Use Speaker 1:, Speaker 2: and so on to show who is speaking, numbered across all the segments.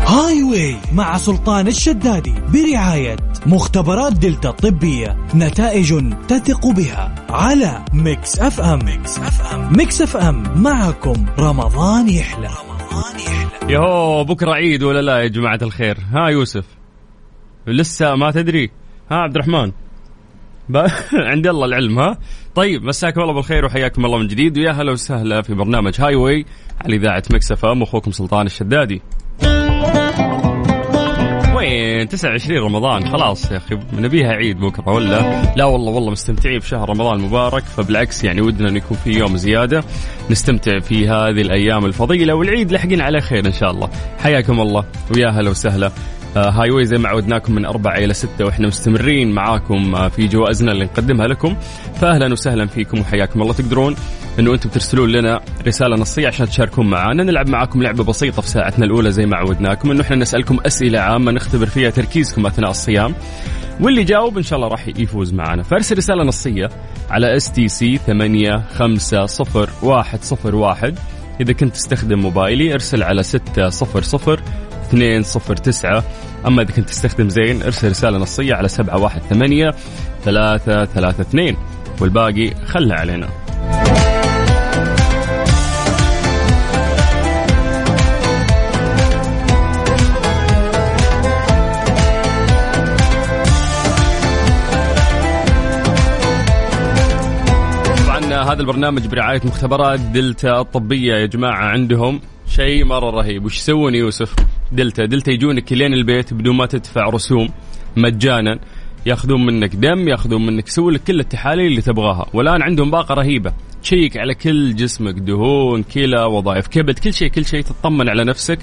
Speaker 1: ماي واي مع سلطان الشدادي برعاية مختبرات دلتا الطبية نتائج تثق بها على ميكس اف ام ميكس اف ام ميكس اف ام معكم رمضان يحلى رمضان يحلى
Speaker 2: يهو بكره عيد ولا لا يا جماعه الخير ها يوسف لسه ما تدري ها عبد الرحمن ب- عند الله العلم ها طيب مساكم الله بالخير وحياكم الله من جديد ويا هلا وسهلا في برنامج هاي واي على اذاعه مكس اف ام اخوكم سلطان الشدادي وين 29 رمضان خلاص يا اخي نبيها عيد بكره ولا لا والله والله مستمتعين بشهر رمضان المبارك فبالعكس يعني ودنا انه يكون في يوم زياده نستمتع في هذه الايام الفضيله والعيد لاحقين على خير ان شاء الله حياكم الله ويا هلا وسهلا آه، هاي واي زي ما عودناكم من أربعة إلى ستة وإحنا مستمرين معاكم آه، في جوائزنا اللي نقدمها لكم فأهلا وسهلا فيكم وحياكم الله تقدرون أنه أنتم ترسلون لنا رسالة نصية عشان تشاركون معنا نلعب معاكم لعبة بسيطة في ساعتنا الأولى زي ما عودناكم أنه إحنا نسألكم أسئلة عامة نختبر فيها تركيزكم أثناء الصيام واللي يجاوب ان شاء الله راح يفوز معنا فارسل رساله نصيه على اس تي سي 850101 اذا كنت تستخدم موبايلي ارسل على 600 209 اما اذا كنت تستخدم زين ارسل رساله نصيه على 718 332 والباقي خله علينا طبعا هذا البرنامج برعاية مختبرات دلتا الطبية يا جماعة عندهم شيء مرة رهيب وش يسوون يوسف دلتا دلتا يجونك لين البيت بدون ما تدفع رسوم مجانا ياخذون منك دم ياخذون منك يسوون لك كل التحاليل اللي تبغاها والان عندهم باقه رهيبه تشيك على كل جسمك دهون كلى وظائف كبد كل شيء كل شيء تطمن على نفسك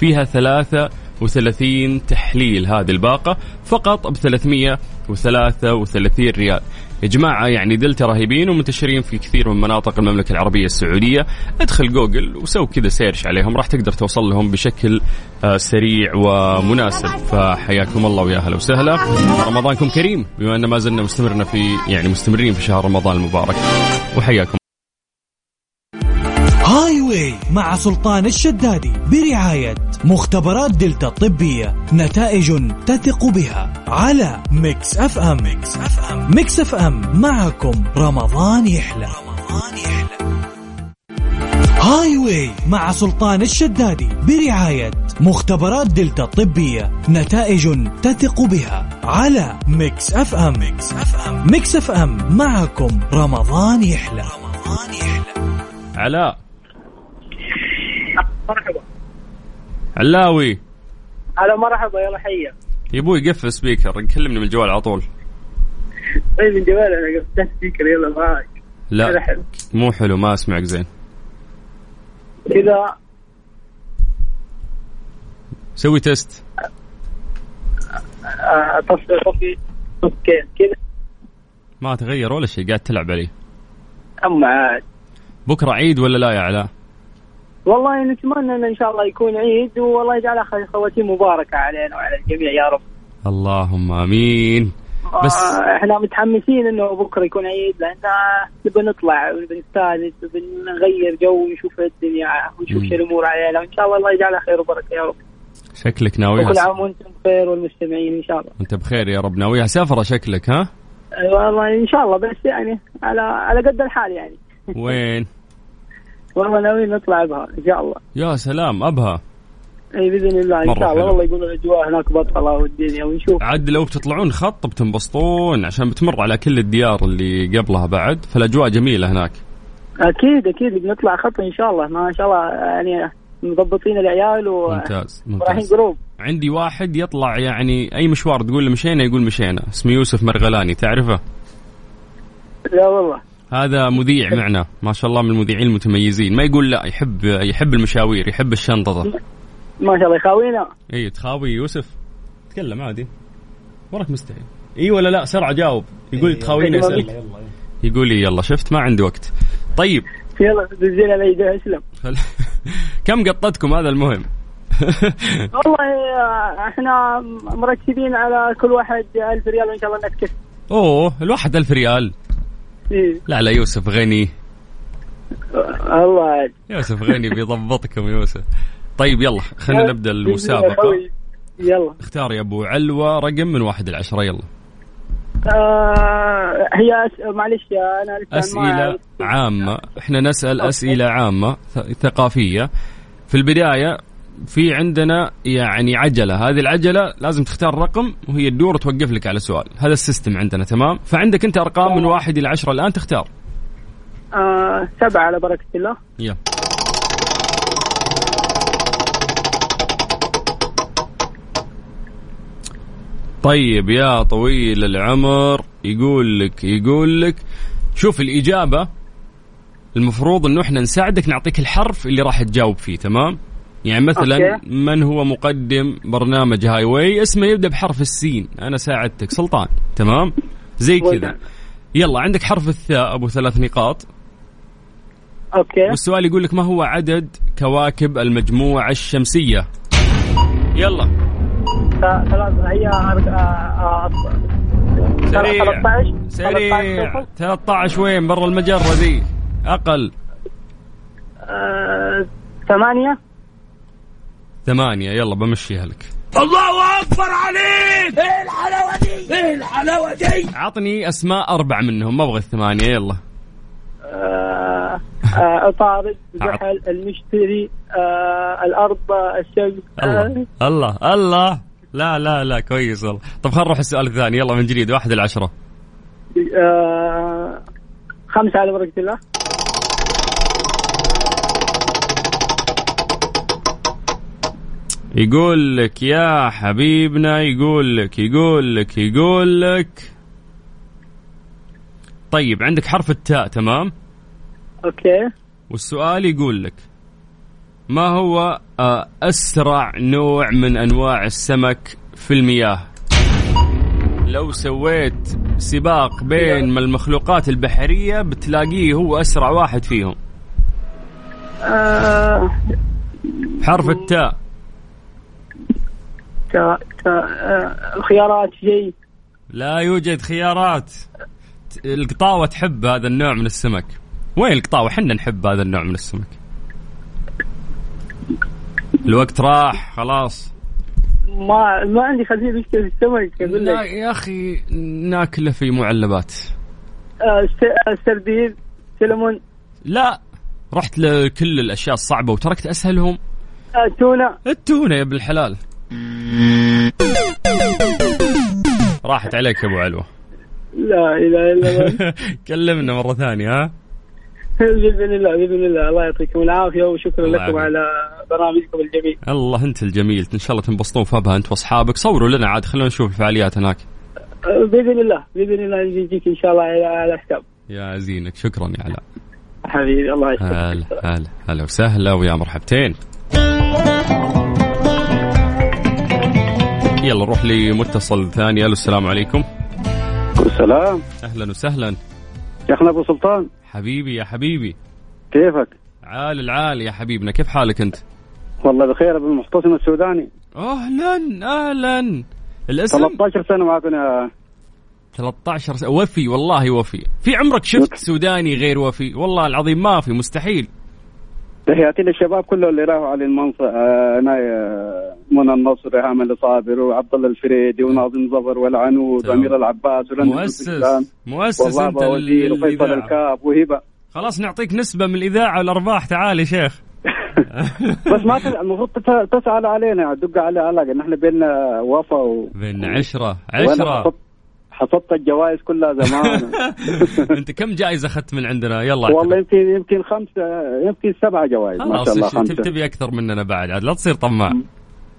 Speaker 2: فيها 33 تحليل هذه الباقه فقط ب 333 ريال يا جماعة يعني دلتا رهيبين ومنتشرين في كثير من مناطق المملكة العربية السعودية ادخل جوجل وسو كذا سيرش عليهم راح تقدر توصل لهم بشكل آه، سريع ومناسب فحياكم الله ويا هلا وسهلا رمضانكم كريم بما أن ما زلنا مستمرنا في يعني مستمرين في شهر رمضان المبارك وحياكم
Speaker 1: هاي واي مع سلطان الشدادي برعاية مختبرات دلتا الطبية نتائج تثق بها على ميكس اف ام ميكس اف ام ميكس اف ام معكم رمضان يحلى رمضان يحلى هاي واي مع سلطان الشدادي برعاية مختبرات دلتا الطبية نتائج تثق بها على ميكس اف ام ميكس اف ام ميكس اف ام معكم رمضان يحلى رمضان يحلى
Speaker 2: علاء
Speaker 3: مرحبا
Speaker 2: علاوي
Speaker 3: هلا مرحبا يلا حيا
Speaker 2: يا ابوي قفل السبيكر كلمني من الجوال على طول
Speaker 3: طيب من جوال انا قلت تسبيكر يلا معك كذا
Speaker 2: لا
Speaker 3: حلو
Speaker 2: مو حلو ما اسمعك زين
Speaker 3: كذا
Speaker 2: سوي تيست
Speaker 3: آه، اتصل صوتي اوكي كذا
Speaker 2: ما تغير ولا شيء قاعد تلعب عليه
Speaker 3: اما عاد
Speaker 2: بكرة عيد ولا لا يا علاء
Speaker 3: والله يعني نتمنى انه ان شاء الله يكون عيد والله يجعل آخر خواتيم مباركه علينا وعلى الجميع يا رب
Speaker 2: اللهم امين بس-
Speaker 3: آه، احنا متحمسين انه بكره يكون عيد لان آه، نبي نطلع ونبي نستانس ونبي نغير جو ونشوف الدنيا ونشوف
Speaker 2: مم.
Speaker 3: شو الامور علينا وان شاء الله الله يجعلها خير وبركه يا رب
Speaker 2: شكلك ناويها
Speaker 3: وكل عام وانتم بخير والمستمعين ان شاء الله
Speaker 2: انت بخير يا رب ناويها سفرة شكلك ها
Speaker 3: أي أيوة، والله ان شاء الله بس يعني على على قد الحال يعني
Speaker 2: وين
Speaker 3: والله ناويين نطلع بها ان شاء الله
Speaker 2: يا سلام ابها
Speaker 3: اي باذن الله ان
Speaker 2: مرة
Speaker 3: شاء الله
Speaker 2: حلو.
Speaker 3: والله يقولوا الاجواء هناك بطله والدنيا ونشوف
Speaker 2: عاد لو بتطلعون خط بتنبسطون عشان بتمر على كل الديار اللي قبلها بعد فالاجواء جميلة هناك
Speaker 3: اكيد اكيد بنطلع خط ان شاء الله ما شاء الله يعني مضبطين العيال و...
Speaker 2: ممتاز
Speaker 3: ورايحين
Speaker 2: ممتاز
Speaker 3: جروب
Speaker 2: عندي واحد يطلع يعني اي مشوار تقول له مشينا يقول مشينا اسمه يوسف مرغلاني تعرفه
Speaker 3: لا والله
Speaker 2: هذا مذيع معنا ما شاء الله من المذيعين المتميزين ما يقول لا يحب يحب المشاوير يحب الشنطة
Speaker 3: ما شاء الله يخاوينا
Speaker 2: اي إيه، تخاوي يوسف تكلم عادي وراك مستحيل اي ولا لا سرعه جاوب يقول لي تخاويني
Speaker 3: إيه، يلا
Speaker 2: اسال يقول لي يلا شفت ما عندي وقت طيب
Speaker 3: يلا دزينا على يده اسلم
Speaker 2: خل... كم قطتكم هذا المهم
Speaker 3: والله آه، احنا مرتبين على كل واحد 1000 ريال وان شاء الله نكتف
Speaker 2: اوه الواحد ألف ريال
Speaker 3: إيه.
Speaker 2: لا لا يوسف غني
Speaker 3: آه، الله عاد.
Speaker 2: يوسف غني بيضبطكم يوسف طيب يلا خلينا نبدا
Speaker 3: بإذن الله
Speaker 2: المسابقه
Speaker 3: خوي.
Speaker 4: يلا
Speaker 2: اختار يا ابو علوة رقم من واحد لعشرة يلا
Speaker 4: آه هي أس... معلش انا لسه ما
Speaker 2: أسئلة
Speaker 4: أعرف.
Speaker 2: عامة احنا نسأل
Speaker 4: أوكي.
Speaker 2: أسئلة عامة ث- ثقافية في البداية في عندنا يعني عجلة هذه العجلة لازم تختار رقم وهي تدور وتوقف لك على سؤال هذا السيستم عندنا تمام فعندك أنت أرقام من واحد إلى عشرة الآن تختار
Speaker 4: آه سبعه على بركه الله
Speaker 2: يلا طيب يا طويل العمر يقول لك يقول لك شوف الإجابة المفروض انه احنا نساعدك نعطيك الحرف اللي راح تجاوب فيه تمام؟ يعني مثلا
Speaker 4: أوكي.
Speaker 2: من هو مقدم برنامج هاي واي اسمه يبدا بحرف السين انا ساعدتك سلطان تمام؟ زي كذا
Speaker 4: وداع.
Speaker 2: يلا عندك حرف الثاء ابو ثلاث نقاط
Speaker 4: اوكي
Speaker 2: والسؤال يقول لك ما هو عدد كواكب المجموعة الشمسية؟ يلا
Speaker 4: ث- ثلاث هي أرق- آه، آه،
Speaker 2: سريع
Speaker 4: 13
Speaker 2: سريع
Speaker 4: 13.
Speaker 2: 13 وين برا المجرة ذي أقل
Speaker 4: آه، ثمانيه
Speaker 2: ثمانية يلا بمشيها لك إيه الله أكبر عليك إيه الحلاوة دي إيه الحلاوة دي عطني أسماء أربع منهم ما أبغى الثمانية يلا
Speaker 4: آه، آه، عطارد زحل المشتري آه، الارض آه، الشمس
Speaker 2: الله
Speaker 4: آه،
Speaker 2: الله الله لا لا لا كويس والله طب خلينا نروح السؤال الثاني يلا من جديد واحد إلى عشرة
Speaker 4: آه، خمسه على بركه الله
Speaker 2: يقول لك يا حبيبنا يقول لك يقول لك يقول لك طيب عندك حرف التاء تمام
Speaker 4: اوكي
Speaker 2: والسؤال يقول لك ما هو آه، أسرع نوع من أنواع السمك في المياه لو سويت سباق بين ما المخلوقات البحرية بتلاقيه هو أسرع واحد فيهم
Speaker 4: آه،
Speaker 2: حرف التاء
Speaker 4: تا- تا- آه، خيارات شيء
Speaker 2: لا يوجد خيارات ت- القطاوة تحب هذا النوع من السمك وين القطاوة حنا نحب هذا النوع من السمك الوقت راح خلاص
Speaker 4: ما ما عندي خلفيه وش في السمك اقول
Speaker 2: لا
Speaker 4: لك
Speaker 2: يا اخي ناكله في معلبات
Speaker 4: آه، الس- السردين سلمون
Speaker 2: لا رحت لكل الاشياء الصعبه وتركت اسهلهم
Speaker 4: آه، تونه
Speaker 2: التونه يا ابن الحلال راحت عليك يا ابو علوه
Speaker 4: لا اله الا الله
Speaker 2: كلمنا مره ثانيه ها
Speaker 4: باذن الله باذن الله الله يعطيكم العافيه وشكرا
Speaker 2: الله
Speaker 4: لكم
Speaker 2: يعافيك.
Speaker 4: على برامجكم الجميل
Speaker 2: الله انت الجميل ان شاء الله تنبسطون فبها انت واصحابك صوروا لنا عاد خلونا نشوف الفعاليات هناك
Speaker 4: آه، باذن الله باذن الله نجيك ان شاء الله على على حساب
Speaker 2: يا زينك شكرا يا علاء
Speaker 4: حبيبي الله يسلمك
Speaker 2: هلا هلا هلا وسهلا ويا مرحبتين يلا نروح لمتصل ثاني الو السلام عليكم
Speaker 3: السلام
Speaker 2: اهلا وسهلا
Speaker 3: شيخنا ابو سلطان
Speaker 2: حبيبي يا حبيبي
Speaker 3: كيفك؟
Speaker 2: عال العال يا حبيبنا كيف حالك انت
Speaker 3: والله بخير ابو المحتشم السوداني
Speaker 2: اهلا اهلا الاسم
Speaker 3: 13 سنه معكنا
Speaker 2: 13 سنة. وفي والله وفي في عمرك شفت سوداني غير وفي والله العظيم ما في مستحيل
Speaker 3: تحياتي للشباب كله اللي راحوا على المنصب آه أنا، آه، منى النصر إيهام اللي صابر وعبد الله الفريدي وناظم زبر والعنود
Speaker 2: نعم. تمام.
Speaker 3: وامير العباس ولندن السلام،
Speaker 2: مؤسس مؤسس
Speaker 3: والله
Speaker 2: انت
Speaker 3: أبو وزير
Speaker 2: ال-
Speaker 3: وفيصل
Speaker 2: الإذاعة.
Speaker 3: الكاب وهبه
Speaker 2: خلاص نعطيك نسبة من الإذاعة والأرباح تعال يا شيخ
Speaker 3: بس ما تل- المفروض تس- تسأل علينا دق على علاقه نحن بيننا وفا و...
Speaker 2: بين عشرة
Speaker 3: وأنا
Speaker 2: عشرة
Speaker 3: حصدت- حصدت الجوائز كلها زمان
Speaker 2: أنت كم جائزة أخذت من عندنا يلا
Speaker 3: والله
Speaker 2: اعترف.
Speaker 3: يمكن يمكن خمسه يمكن سبعه جوائز ما شاء الله
Speaker 2: خلاص
Speaker 3: خمسه
Speaker 2: تبي أكثر مننا بعد عاد لا تصير طماع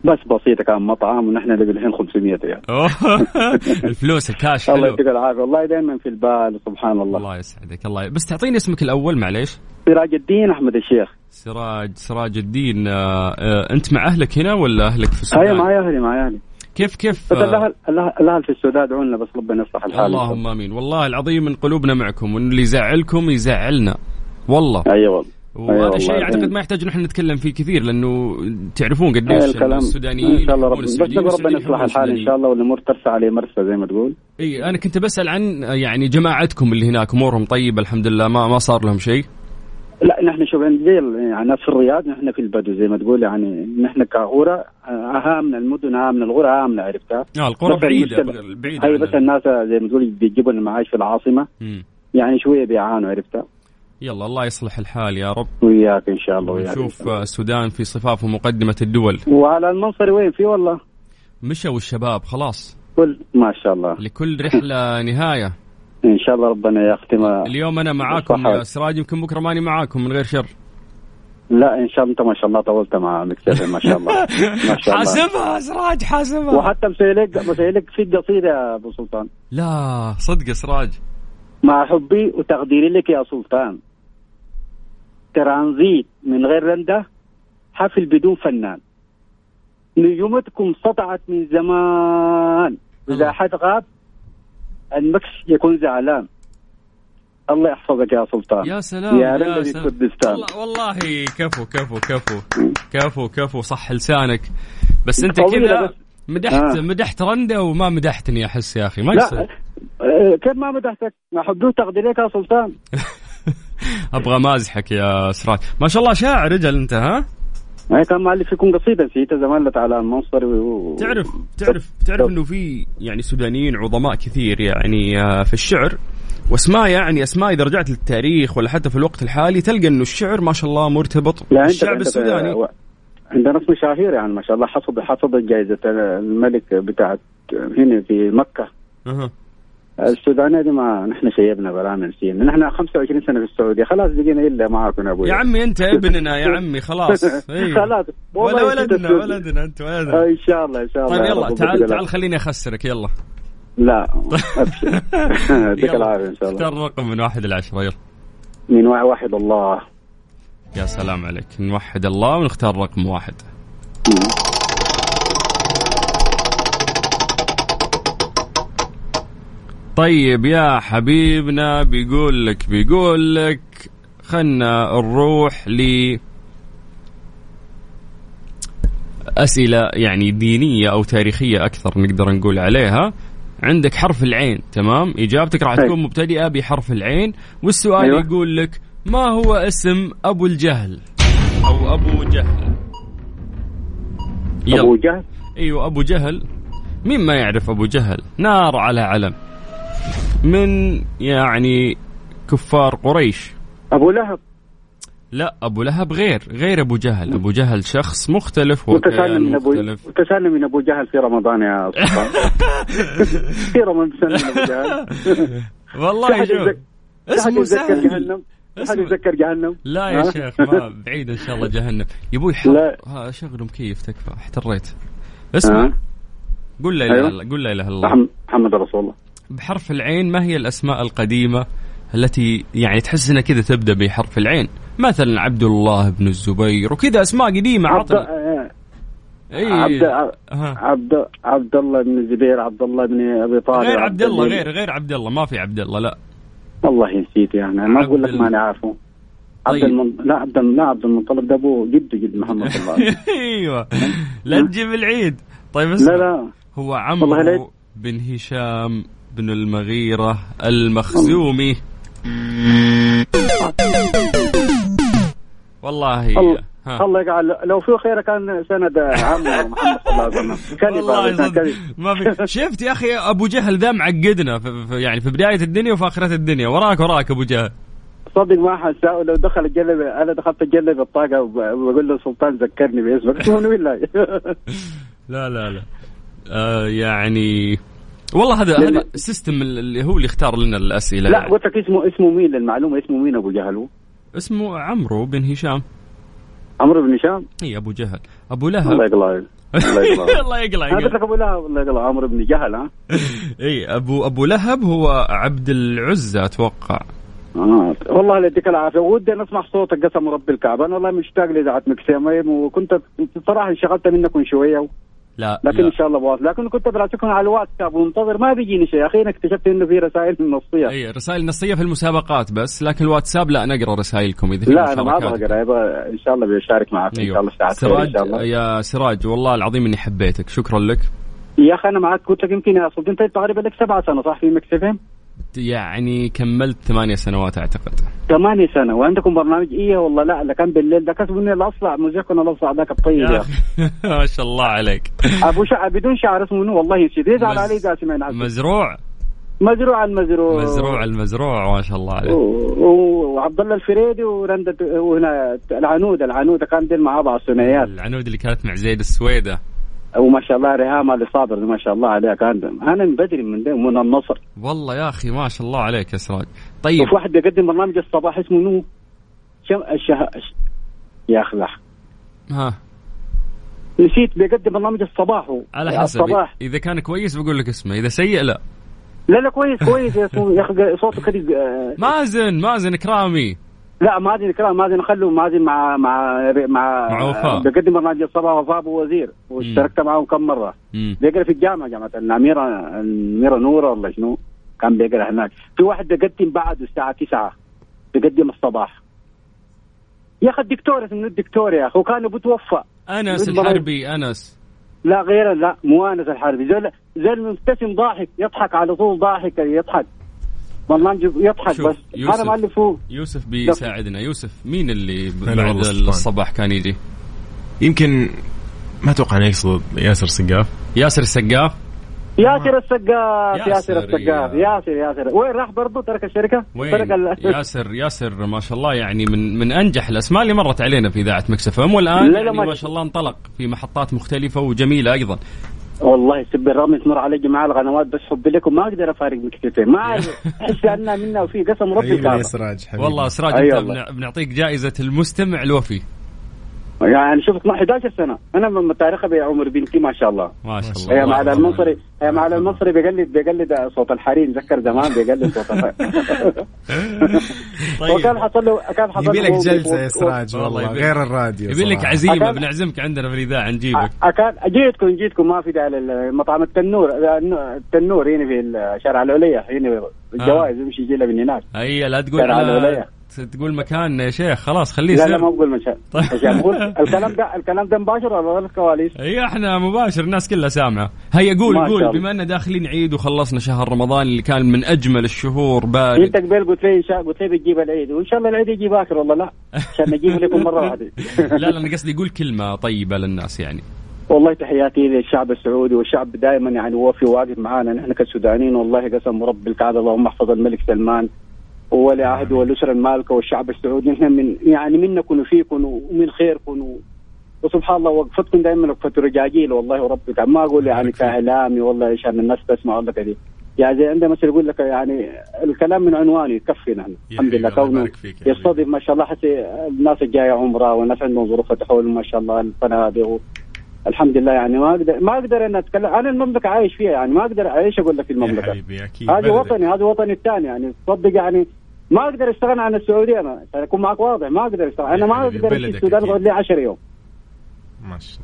Speaker 3: بس بسيطه كان مطعم ونحن اللي بالحين 500 ريال
Speaker 2: أوه. الفلوس الكاش
Speaker 3: الله
Speaker 2: حلو
Speaker 3: يعطيك العافيه والله دائما في البال سبحان الله
Speaker 2: الله يسعدك الله ي... بس تعطيني اسمك الأول معليش
Speaker 3: سراج الدين احمد الشيخ
Speaker 2: سراج سراج الدين آه، آه، أنت مع أهلك هنا ولا أهلك في السودان
Speaker 3: هيا معي اهلي معي اهلي
Speaker 2: كيف كيف
Speaker 3: بس
Speaker 2: آه،
Speaker 3: الاهل الأهل- الاهل في السودان ادعونا بس ربنا يصلح الحال
Speaker 2: اللهم امين والله العظيم من قلوبنا معكم وان اللي يزعلكم يزعلنا والله
Speaker 3: ايوه والله
Speaker 2: وهذا
Speaker 3: والله
Speaker 2: شيء اعتقد
Speaker 3: العظيم.
Speaker 2: ما يحتاج نحن نتكلم فيه كثير لانه تعرفون قديش
Speaker 3: هيا أيوة، الكلام
Speaker 2: السودانيين
Speaker 3: ان شاء الله
Speaker 2: يحبون
Speaker 3: رب بس
Speaker 2: السعوديين
Speaker 3: نقول
Speaker 2: والسعوديين
Speaker 3: ربنا يصلح
Speaker 2: يحبون
Speaker 3: الحال ان شاء الله والامور ترسى عليه مرسى زي ما تقول
Speaker 2: السودانيين. اي انا آه، كنت بسال عن يعني جماعتكم اللي هناك امورهم طيبه الحمد لله ما ما صار لهم شيء
Speaker 3: لا نحن شوف عندنا يعني ناس في الرياض نحن في البدو زي ما تقول يعني نحن كغوره اها من المدن اها من الغرة اها من عرفتها
Speaker 2: آه القرى
Speaker 3: بس
Speaker 2: بعيدة
Speaker 3: المشكلة-
Speaker 2: بعيدة
Speaker 3: هي أيوة، بس
Speaker 2: عننا.
Speaker 3: الناس زي ما تقول بيجيبوا المعاش في العاصمه
Speaker 2: مم.
Speaker 3: يعني شويه بيعانوا عرفتها
Speaker 2: يلا الله يصلح الحال يا رب
Speaker 3: وياك ان شاء الله وياك إن شاء
Speaker 2: نشوف
Speaker 3: الله.
Speaker 2: آه، السودان في صفاف ومقدمة الدول
Speaker 3: وعلى المنصري وين في والله
Speaker 2: مشوا الشباب خلاص
Speaker 3: كل ما شاء الله
Speaker 2: لكل رحلة نهاية
Speaker 3: ان شاء الله ربنا يختمها
Speaker 2: اليوم أنا معاكم يا
Speaker 3: صحيح.
Speaker 2: سراج يمكن بكرة ماني معاكم من غير شر
Speaker 3: لا ان شاء الله انت ما شاء الله طولت مع مكتب ما شاء الله ما شاء الله
Speaker 2: حاسبها سراج حاسبها
Speaker 3: وحتى مسيلك مسيلك في قصيده يا ابو سلطان
Speaker 2: لا صدق يا سراج
Speaker 3: مع حبي وتقديري لك يا سلطان ترانزيت من غير رندة حفل بدون فنان نجومتكم سطعت من زمان
Speaker 2: الله.
Speaker 3: إذا حد غاب المكس يكون زعلان الله يحفظك يا سلطان
Speaker 2: يا سلام
Speaker 3: يا رندة
Speaker 2: سلام.
Speaker 3: كردستان.
Speaker 2: والله, والله كفو كفو كفو كفو كفو صح لسانك بس انت
Speaker 3: طويلة
Speaker 2: كذا
Speaker 3: بس.
Speaker 2: مدحت
Speaker 3: آه.
Speaker 2: مدحت رنده وما مدحتني احس يا اخي ما
Speaker 3: لا
Speaker 2: يصير
Speaker 3: آه، كيف ما مدحتك مع حبي وتقديري لك يا سلطان
Speaker 2: ابغى مازحك يا سراج ما شاء الله شاعر رجل انت ها
Speaker 3: ما هي كان مؤلف فيكم قصيده نسيتها زمان لت على المنصري و... و-
Speaker 2: تعرف تعرف تعرف انه في يعني سودانيين عظماء كثير يعني آه، في الشعر واسماء يعني اسماء اذا رجعت للتاريخ ولا حتى في الوقت الحالي تلقى انه الشعر ما شاء الله مرتبط
Speaker 3: لا عندك-
Speaker 2: بالشعب
Speaker 3: عندك- أه.
Speaker 2: السوداني
Speaker 3: و- عندنا اسم شهير يعني ما شاء الله حصد حصد جائزة الملك بتاعت هنا في مكة
Speaker 2: أها.
Speaker 3: السودانية دي ما نحن شيبنا بلا نسينا نحن 25 سنة في السعودية خلاص بقينا إلا معاكم يا أبوي
Speaker 2: يا عمي انت ابننا يا عمي خلاص أيوه.
Speaker 3: خلاص
Speaker 2: ولا
Speaker 3: والله نسيت
Speaker 2: ولدنا
Speaker 3: السعودية.
Speaker 2: ولدنا انت
Speaker 3: آه،
Speaker 2: ولدنا
Speaker 3: إن شاء الله إن شاء الله
Speaker 2: طيب
Speaker 3: يا
Speaker 2: يلا
Speaker 3: رب
Speaker 2: تعال
Speaker 3: وبإذن
Speaker 2: تعال خليني اخسرك يلا
Speaker 3: الله. لا أبشر يعطيك
Speaker 2: يلا.
Speaker 3: العافية إن شاء الله
Speaker 2: اختار رقم من واحد لعشرة يلا
Speaker 3: من واحد- واحد الله
Speaker 2: يا سلام عليك نوحد الله ونختار رقم واحد طيب يا حبيبنا بيقول لك بيقول لك خلنا نروح ل أسئلة يعني دينية أو تاريخية أكثر نقدر نقول عليها عندك حرف العين تمام إجابتك راح
Speaker 3: أي.
Speaker 2: تكون مبتدئة بحرف العين والسؤال
Speaker 3: أيوة.
Speaker 2: يقول لك ما هو اسم أبو الجهل أو أبو جهل
Speaker 3: أبو
Speaker 2: يلا
Speaker 3: جهل
Speaker 2: ايوه ابو جهل مين ما يعرف ابو جهل نار على علم من يعني كفار قريش
Speaker 3: أبو لهب
Speaker 2: لا ابو لهب غير غير ابو جهل ابو جهل شخص مختلف وكيان
Speaker 3: وتسالم من ابو
Speaker 2: مختلف
Speaker 3: وتسالم من ابو جهل في رمضان يا سلطان كثير من تسالم من ابو جهل في
Speaker 2: والله طيب
Speaker 3: حد
Speaker 2: شوف
Speaker 3: يتذك- في حد
Speaker 2: اسمه
Speaker 3: يتذكر
Speaker 2: سهل
Speaker 3: جهنم في حد
Speaker 2: اسمه-
Speaker 3: يتذكر جهنم
Speaker 2: لا يا
Speaker 3: ها؟
Speaker 2: شيخ ما بعيد ان شاء الله جهنم يا ابوي حر
Speaker 3: لا.
Speaker 2: ها، شغله مكيف تكفى احتريت
Speaker 3: ها؟
Speaker 2: اسمع قول لا اله الا
Speaker 3: أيوة.
Speaker 2: الله قول لا اله الا الله
Speaker 3: محمد- محمد رسول الله
Speaker 2: بحرف العين ما هي الأسماء القديمة التي يعني تحس انها كذا تبدأ بحرف العين مثلا عبد الله بن الزبير وكذا أسماء قديمة
Speaker 3: عبد
Speaker 2: عطنا
Speaker 3: آه،
Speaker 2: اي
Speaker 3: عبد
Speaker 2: ها.
Speaker 3: عبد عبد الله بن الزبير عبد الله بن ابي طالب
Speaker 2: غير عبد الله غير غير عبد الله ما في عبد الله لا
Speaker 3: والله نسيت يعني ما
Speaker 2: عبد
Speaker 3: اقول لك
Speaker 2: ال-
Speaker 3: ما انا عارفه عبد
Speaker 2: طيب.
Speaker 3: المن... لا عبد لا عبد المطلب ده ابوه جده جد محمد صلى الله عليه وسلم.
Speaker 2: ايوه لا تجيب العيد طيب اسمع
Speaker 3: لا لا
Speaker 2: هو
Speaker 3: والله عليك.
Speaker 2: عمرو بن هشام بن المغيرة المخزومي والله
Speaker 3: الله
Speaker 2: ها.
Speaker 3: الله يجعل لو في خير كان سند عمه محمد صلى الله عليه
Speaker 2: والله
Speaker 3: وسلم كذب هذا، كان
Speaker 2: صدق.
Speaker 3: كذب
Speaker 2: ما في شفت يا اخي ابو جهل ذا معقدنا في في يعني في بدايه الدنيا وفي اخره الدنيا وراك وراك ابو جهل
Speaker 3: صدق ما حنساه لو دخل الجلب انا دخلت الجلب الطاقه وب- وبقول له سلطان ذكرني باسمك اسمه بالله
Speaker 2: لا لا لا آه يعني والله هذا
Speaker 3: لأن-
Speaker 2: هذا السيستم اللي هو اللي اختار لنا الاسئله
Speaker 3: يعني- لا
Speaker 2: يعني.
Speaker 3: قلت لك اسمه اسمه مين للمعلومه اسمه مين ابو جهل هو؟
Speaker 2: اسمه عمرو بن هشام
Speaker 3: عمرو بن هشام
Speaker 2: اي ابو جهل ابو
Speaker 3: الله
Speaker 2: لهب
Speaker 3: يقلع الله يقلع
Speaker 2: الله يقلع
Speaker 3: انا قلت
Speaker 2: يقلع.
Speaker 3: لك ابو لهب الله يقلع عمرو بن جهل ها
Speaker 2: اي ابو ابو لهب هو عبد العزة اتوقع
Speaker 3: آه. والله لا يديك العافيه ودي أن اسمع صوتك قسم رب الكعبه انا والله مشتاق لاذاعه مكسيم وكنت صراحه انشغلت منكم شويه
Speaker 2: لا
Speaker 3: لكن
Speaker 2: لا.
Speaker 3: ان شاء الله بواصل لكن كنت بلاقيكم على الواتساب ومنتظر ما بيجيني شيء اخيرا اكتشفت انه في رسائل نصيه
Speaker 2: اي رسائل نصيه في المسابقات بس لكن الواتساب لا نقرا رسائلكم اذا في
Speaker 3: لا انا ما
Speaker 2: مسابقات.
Speaker 3: ابغى اقرا يبا- ان شاء الله بشارك معك ان شاء الله الساعه الخير ان شاء
Speaker 2: أيوه. سراج
Speaker 3: الله
Speaker 2: يا سراج والله العظيم اني حبيتك شكرا لك
Speaker 3: يا اخي انا معك قلت لك يمكن يا صدق انت تقريبا لك سبعة سنه صح في مكسفين
Speaker 2: يعني كملت ثمانية سنوات اعتقد
Speaker 3: ثمانية سنة وعندكم برنامج إيه والله لا لكن بالليل ده كسب إني الأصلع مذيعكم الأصلع ذاك الطيب يا أخي
Speaker 2: ما شاء الله عليك
Speaker 3: أبو شعر بدون شعر اسمه منو والله شديد يزعل
Speaker 2: مز-
Speaker 3: علي إذا سمعنا عنه.
Speaker 2: مزروع
Speaker 3: مزروع المزروع
Speaker 2: مزروع المزروع ما شاء الله عليك
Speaker 3: و- و- وعبد الله الفريدي ورندة وهنا العنود العنود كان دين مع بعض ثنائيات
Speaker 2: العنود اللي كانت مع زيد السويدة
Speaker 3: وما شاء الله ريهام اللي صابر ما شاء الله عليها كان انا من بدري من دين من النصر
Speaker 2: والله يا اخي ما شاء الله عليك يا سراج طيب
Speaker 3: وفي واحد بيقدم برنامج الصباح اسمه نو شم... الشه... الش- يا اخي لا
Speaker 2: ها
Speaker 3: نسيت بيقدم برنامج الصباح هو.
Speaker 2: على حسب
Speaker 3: الصباح
Speaker 2: اذا كان كويس بقول لك اسمه اذا سيء لا
Speaker 3: لا لا كويس كويس يا اسمه يا اخي صوتك كده آه،
Speaker 2: مازن مازن كرامي
Speaker 3: لا مازن كلام مازن خلوا مازن مع مع مع
Speaker 2: مع وفاء.
Speaker 3: بيقدم برنامج الصباح وفاء ابو وزير واشتركت معاهم كم مره
Speaker 2: مم.
Speaker 3: بيقرا في الجامعه جامعه الاميره الاميره نوره ولا شنو كان بيقرا هناك في واحد بيقدم بعده الساعه 9 بيقدم الصباح يا اخي الدكتور اسمه الدكتور يا اخي وكان ابوه توفى
Speaker 2: انس
Speaker 3: بالضبط.
Speaker 2: الحربي انس
Speaker 3: لا غير لا موانس الحربي زي زي المبتسم ضاحك يضحك على طول ضاحك يضحك برنامج يضحك
Speaker 2: شوف،
Speaker 3: بس
Speaker 2: يوسف.
Speaker 3: انا مؤلفه
Speaker 2: يوسف بيساعدنا يوسف مين اللي
Speaker 5: هلا
Speaker 2: بعد
Speaker 5: والله سلطان.
Speaker 2: الصباح كان يجي
Speaker 5: يمكن ما اتوقع انه يقصد ياسر سقاف
Speaker 2: ياسر السقاف
Speaker 3: ياسر السقاف
Speaker 2: ياسر
Speaker 3: ياسر
Speaker 2: يا-
Speaker 3: السقاف ياسر ياسر وين راح برضه ترك الشركه؟
Speaker 2: وين
Speaker 3: ترك ال-
Speaker 2: ياسر ياسر ما شاء الله يعني من من انجح الاسماء اللي مرت علينا في اذاعه مكسف ام والان
Speaker 3: لا، لا،
Speaker 2: يعني
Speaker 3: ما-
Speaker 2: ما شاء الله انطلق في محطات مختلفه وجميله ايضا
Speaker 3: والله سب الرمي تمر علي جماعة القنوات بس حبي لكم ما اقدر افارق مكتبتين ما اعرف احس انها منا وفي قسم ربي
Speaker 5: حبيبي طيب يا
Speaker 3: كافر
Speaker 5: سراج حبيبي
Speaker 2: والله سراج
Speaker 3: أي
Speaker 2: انت
Speaker 3: والله.
Speaker 2: بنع- بنعطيك جائزه المستمع الوفي
Speaker 3: يعني شوف 12 11 سنه انا من تاريخها بعمر بنتي ما شاء الله
Speaker 2: ما شاء الله
Speaker 3: هي مع
Speaker 2: الله
Speaker 3: أيوة، المنصري
Speaker 2: يرحمه.
Speaker 3: هي مع المنصري بيقلد بيقلد صوت الحريم ذكر زمان بيقلد صوت الحريم وكان
Speaker 2: طيب
Speaker 3: حصل له كان حصل
Speaker 5: يبي لك
Speaker 3: له
Speaker 5: جلسه يا سراج
Speaker 2: والله
Speaker 5: والله
Speaker 2: يبي-
Speaker 5: غير الراديو
Speaker 2: يبي لك
Speaker 5: صراحة.
Speaker 2: عزيمه
Speaker 3: أكان-
Speaker 2: بنعزمك عندنا في الاذاعه نجيبك
Speaker 3: كان جيتكم جيتكم ما في داعي لمطعم التنور التنور هنا في شارع العليا هنا
Speaker 5: آه.
Speaker 3: الجوائز يمشي يجي لها من هناك
Speaker 2: اي لا تقول
Speaker 3: ترى على
Speaker 2: أنا-
Speaker 3: الولاية.
Speaker 2: تقول مكان يا شيخ خلاص خليه
Speaker 3: لا لا ما
Speaker 2: سر
Speaker 3: بقول مشاهد
Speaker 2: طيب.
Speaker 3: مشاهد بقول الكلام ده الكلام ده مباشر ولا ورا الكواليس؟
Speaker 2: اي احنا مباشر الناس كلها سامعه هيا قول
Speaker 3: ما شاء
Speaker 2: قول
Speaker 3: الله.
Speaker 2: بما اننا داخلين عيد وخلصنا شهر رمضان اللي كان من اجمل الشهور
Speaker 3: انت
Speaker 2: بارد
Speaker 3: قبل قلت لي ان شاء قلت لي بتجيب العيد وان شاء الله العيد يجي باكر والله لا عشان نجيبه لكم مره واحده
Speaker 2: لا لا انا قصدي قول كلمه طيبه للناس يعني
Speaker 3: والله تحياتي للشعب السعودي والشعب دائما يعني وفي واقف معانا نحن كسودانيين والله قسم رب الكعبه اللهم احفظ الملك سلمان وولي عهده والاسره المالكه والشعب السعودي نحن من يعني منكم وفيكم ومن خيركم و وسبحان الله وقفتكم دائما وقفه رجاجيل والله وربك ما اقول يعني كلامي والله عشان الناس تسمع ولا كذي يعني زي عندما مثل يقول لك يعني الكلام من عنواني يكفينا نحن. الحمد لله
Speaker 5: حبيبي، الله
Speaker 3: كونه
Speaker 5: يبارك فيك يا حبيبي.
Speaker 3: يستضيف ما شاء الله حتى الناس الجايه عمره والناس عندهم ظروف تحول ما شاء الله الفنادق الحمد لله يعني ما اقدر ما اقدر انا اتكلم انا المملكه عايش فيها يعني ما اقدر اعيش اقول لك
Speaker 5: يا
Speaker 3: المملكه
Speaker 5: حبيبي اكيد
Speaker 3: هذا
Speaker 5: بلدك.
Speaker 3: وطني هذا وطني الثاني يعني تصدق يعني ما اقدر استغنى عن السعوديه انا عشان اكون معك واضح ما اقدر استغنى انا ما
Speaker 5: حبيبي،
Speaker 3: اقدر اجي
Speaker 5: بلدك
Speaker 3: السودان
Speaker 5: أكيد.
Speaker 3: اقعد لي 10 يوم
Speaker 5: ما شاء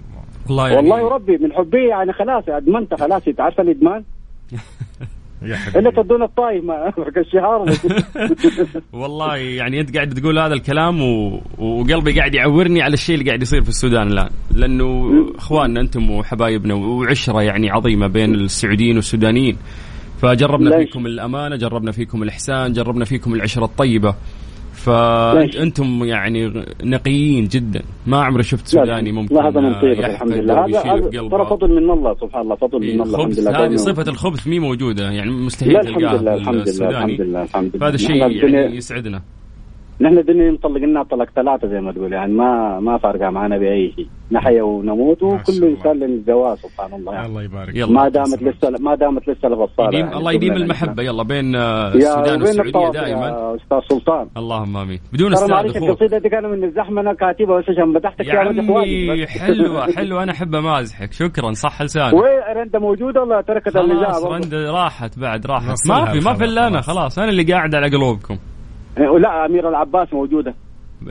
Speaker 5: الله
Speaker 2: والله يعني
Speaker 3: والله وربي من حبي يعني خلاص ادمنت خلاص انت عارف الادمان
Speaker 5: يا
Speaker 3: الا
Speaker 5: حبيبي
Speaker 3: تدون الطايف ما الشهار
Speaker 2: والله يعني انت قاعد تقول هذا الكلام و... وقلبي قاعد يعورني على الشيء اللي قاعد يصير في السودان الان لانه اخواننا انتم وحبايبنا وعشره يعني عظيمه بين السعوديين والسودانيين فجربنا
Speaker 3: ليش؟
Speaker 2: فيكم الامانه جربنا فيكم الاحسان جربنا فيكم العشره الطيبه
Speaker 3: ليش؟
Speaker 2: فانتم يعني نقيين جدا ما عمري شفت سوداني ممكن
Speaker 3: لا هذا من طيبك
Speaker 2: يحقد
Speaker 3: الحمد لله
Speaker 2: أو
Speaker 3: هذا
Speaker 2: يشيل
Speaker 3: هذا ترى
Speaker 2: بقلبه
Speaker 3: فضل من الله سبحان الله فضل من الله طيب، الحمد
Speaker 2: الخبث
Speaker 3: لله
Speaker 2: إيه، هذه صفه الخبث مي موجوده يعني مستحيل
Speaker 3: لا الحمد لله
Speaker 2: تلقاها في
Speaker 3: الحمد لله
Speaker 2: السوداني
Speaker 3: الحمد لله الحمد لله
Speaker 2: فهذا
Speaker 3: نحن
Speaker 2: الشيء
Speaker 3: الدنيا-
Speaker 2: يعني يسعدنا
Speaker 3: نحن الدنيا مطلق لنا طلق ثلاثة زي ما تقول يعني ما ما فارقة معنا بأي شيء نحيا ونموت
Speaker 5: ما شاء
Speaker 3: وكل
Speaker 5: الله.
Speaker 3: إنسان للزواج سبحان الله يعني.
Speaker 5: الله يبارك
Speaker 2: يلا.
Speaker 3: ما دامت لسه ما دامت لسه البصالة
Speaker 2: يديم
Speaker 3: يعني.
Speaker 2: الله يديم
Speaker 3: كلنا
Speaker 2: المحبه يلا بين آه،
Speaker 3: نحن. يا
Speaker 2: السودان
Speaker 3: وين
Speaker 2: والسعوديه
Speaker 3: التواصل
Speaker 2: دائما
Speaker 3: يا أستاذ سلطان
Speaker 2: اللهم امين بدون
Speaker 3: ترى
Speaker 2: استاذ يعني
Speaker 3: معلش
Speaker 2: اخوك
Speaker 3: القصيدة دي كانوا من الزحمة أنا كاتبها بس عشان مدحتك
Speaker 2: يا
Speaker 3: فيها مدح واجب
Speaker 2: عمي
Speaker 3: بس.
Speaker 2: حلوه حلوه انا احب امازحك شكرا صح لسانك
Speaker 3: وين رندا موجودة ولا تركت النزاع
Speaker 2: خلاص
Speaker 3: برضه؟
Speaker 2: رند راحت بعد راحت
Speaker 5: نصلها
Speaker 2: ما في ما في الا انا
Speaker 5: خلاص.
Speaker 2: خلاص انا اللي قاعد على قلوبكم
Speaker 3: إيه، لا أمير العباس موجودة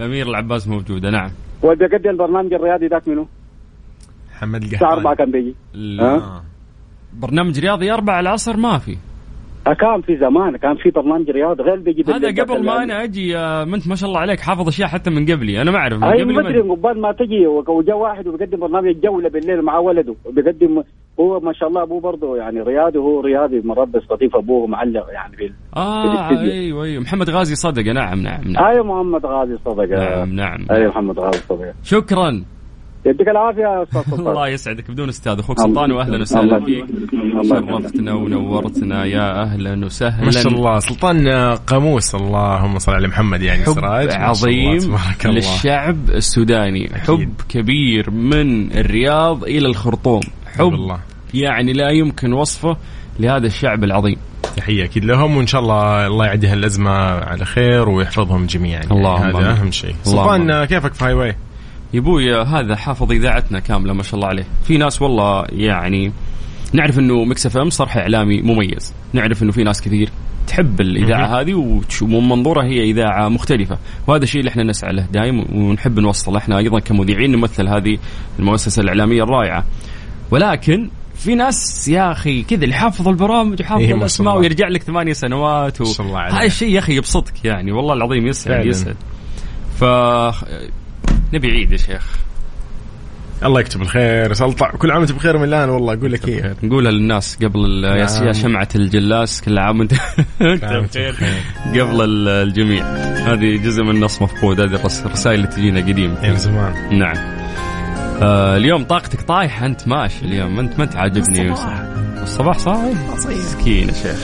Speaker 2: امير العباس موجوده نعم
Speaker 3: واللي بيقدم البرنامج الرياضي ذاك منو؟
Speaker 5: محمد
Speaker 3: الساعة 4
Speaker 5: القحطاني
Speaker 3: كان بيجي
Speaker 2: ال-
Speaker 3: ها؟
Speaker 5: آه.
Speaker 2: برنامج رياضي أربعة العصر ما في
Speaker 3: آه، كان في زمان كان في برنامج رياضي غير بيجي بالليل
Speaker 2: هذا
Speaker 3: ذاك
Speaker 2: قبل ما
Speaker 3: اللي-
Speaker 2: انا اجي آه، ما انت ما شاء الله عليك حافظ اشياء حتى من قبلي انا ما اعرف من
Speaker 3: اي
Speaker 2: قبلي
Speaker 3: ما ادري
Speaker 2: ما
Speaker 3: قبال ما تجي وجا واحد وبيقدم برنامج الجوله بالليل مع ولده وبيقدم هو ما شاء الله ابوه برضه يعني رياضي وهو رياضي مربص لطيف ابوه معلق يعني بال...
Speaker 2: اه
Speaker 3: بالاستديو.
Speaker 2: ايوه ايوه محمد غازي صدق نعم نعم نعم
Speaker 3: ايوه محمد غازي صدق
Speaker 2: نعم نعم
Speaker 3: ايوه محمد غازي صدق
Speaker 2: شكرا
Speaker 3: يديك العافيه يا استاذ سلطان
Speaker 2: الله يسعدك بدون استاذ اخوك سلطان واهلا وسهلا
Speaker 3: الله
Speaker 2: فيك شرفتنا ونورتنا يا اهلا وسهلا
Speaker 5: ما شاء الله سلطان قاموس اللهم صل على محمد يعني
Speaker 2: حب
Speaker 5: سراج ما شاء الله،
Speaker 2: عظيم
Speaker 5: تبارك الله
Speaker 2: للشعب السوداني حب كبير من الرياض الى الخرطوم حب
Speaker 5: والله
Speaker 2: يعني لا يمكن وصفه لهذا الشعب العظيم
Speaker 5: تحيه اكيد لهم وان شاء الله الله يعدي هالازمه على خير ويحفظهم جميعا يعني
Speaker 2: اللهم آمين.
Speaker 5: هذا اهم شيء
Speaker 2: اللهم
Speaker 5: سلطان كيفك في هاي واي؟
Speaker 2: يا ابوي هذا حافظ اذاعتنا كامله ما شاء الله عليه في ناس والله يعني نعرف انه مكس اف ام صرح اعلامي مميز نعرف انه في ناس كثير تحب الاذاعه هذه وتش- ومن منظورها هي اذاعه مختلفه وهذا الشيء اللي احنا نسعى له دائم ونحب نوصله احنا ايضا كمذيعين نمثل هذه المؤسسه الاعلاميه الرائعه ولكن في ناس يا اخي كذا اللي حافظ البرامج وحافظ
Speaker 5: إيه، ما شاء
Speaker 2: الاسماء
Speaker 5: الله.
Speaker 2: ويرجع لك ثمانية سنوات و...
Speaker 5: ما شاء الله عليه.
Speaker 2: هذا الشيء يا اخي يبسطك يعني والله العظيم يسعد
Speaker 5: فعلاً.
Speaker 2: يسعد ف نبي عيد يا شيخ
Speaker 5: الله يكتب الخير سلطع كل عام وانت بخير من الان والله اقول لك ايه
Speaker 2: نقولها للناس قبل ال- يا- يا شمعة الجلاس كل عام وانت وأنت
Speaker 5: عام وأنت
Speaker 2: بخير
Speaker 5: بخير.
Speaker 2: قبل ال- الجميع هذه جزء من نص مفقود هذه الرس- الرسائل اللي تجينا قديمة
Speaker 5: يا من زمان
Speaker 2: نعم آه اليوم طاقتك طايحة انت ماشي اليوم انت ما انت عاجبني الصباح الصباح صايم مسكين يا شيخ